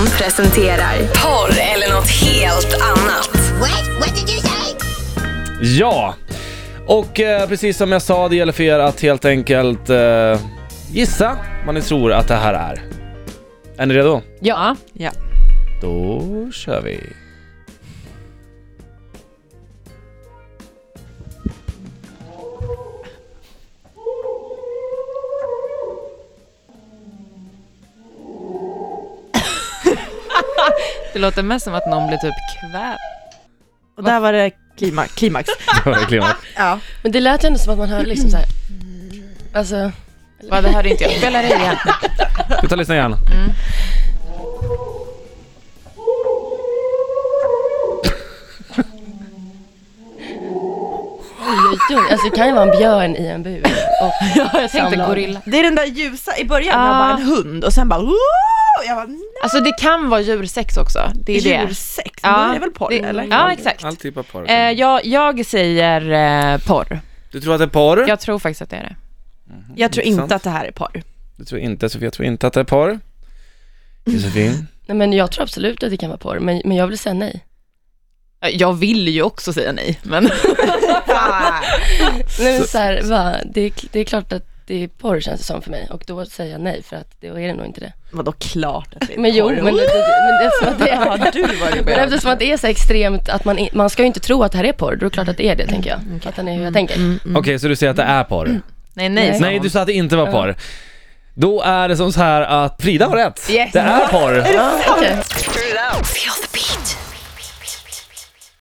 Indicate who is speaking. Speaker 1: presenterar Porr eller något helt annat.
Speaker 2: What? What did you say?
Speaker 3: Ja, och eh, precis som jag sa, det gäller för er att helt enkelt eh, gissa vad ni tror att det här är. Är ni redo?
Speaker 4: Ja. ja.
Speaker 3: Då kör vi.
Speaker 4: Det låter mest som att någon blir typ kvävd.
Speaker 5: Och där var det klima, klimax.
Speaker 3: Verkligen.
Speaker 5: ja.
Speaker 6: Men det lät ju ändå som att man hörde liksom så här. Alltså,
Speaker 4: Vad, det hörde inte jag. Spela det igen.
Speaker 3: Vi tar lyssna igen.
Speaker 4: Mm.
Speaker 6: oj, oj, alltså det kan ju vara en björn i en bur. Och ja, jag
Speaker 4: Tänkte gorilla.
Speaker 5: Det är den där ljusa, i början var
Speaker 4: Ah.
Speaker 5: jag bara en hund och sen bara Woo! Jag bara, nej,
Speaker 4: Alltså det kan vara djursex också. Det är det.
Speaker 5: djursex, men det är väl porr
Speaker 4: det-
Speaker 5: eller?
Speaker 4: Ja, exakt.
Speaker 3: All typ av porr.
Speaker 4: Eh, jag, jag säger eh, porr.
Speaker 3: Du tror att det är porr?
Speaker 4: Jag tror faktiskt att det är det.
Speaker 5: Jag tror
Speaker 3: Intressant.
Speaker 5: inte att det här är porr.
Speaker 3: Du tror inte, Sofia tror inte att det är porr.
Speaker 4: Mm.
Speaker 3: Josefin?
Speaker 6: Nej men jag tror absolut att det kan vara porr, men, men jag vill säga nej.
Speaker 4: Eh, Jag vill ju också säga nej, men
Speaker 6: Nej men så här, va, det, är, det är klart att det är porr känns det som för mig och då säger jag nej för att då är det nog inte det.
Speaker 5: Vadå klart att det är
Speaker 6: Men jo,
Speaker 5: porr?
Speaker 6: men, det, det, men eftersom att det
Speaker 5: Har
Speaker 6: är,
Speaker 5: du varit
Speaker 6: men
Speaker 5: med om?
Speaker 6: eftersom att det är så extremt att man, i- man ska ju inte tro att det här är porr, då är det klart att det är det tänker jag. Fattar ni hur jag tänker?
Speaker 4: Mm.
Speaker 3: Okej, så du säger att det är porr?
Speaker 4: nej, nej. sa
Speaker 3: Nej,
Speaker 4: hon.
Speaker 3: du sa att det inte var porr. Då är det som så här att Frida har rätt.
Speaker 4: Yes.
Speaker 3: Det är porr.
Speaker 6: Okej.
Speaker 1: Feel the beat.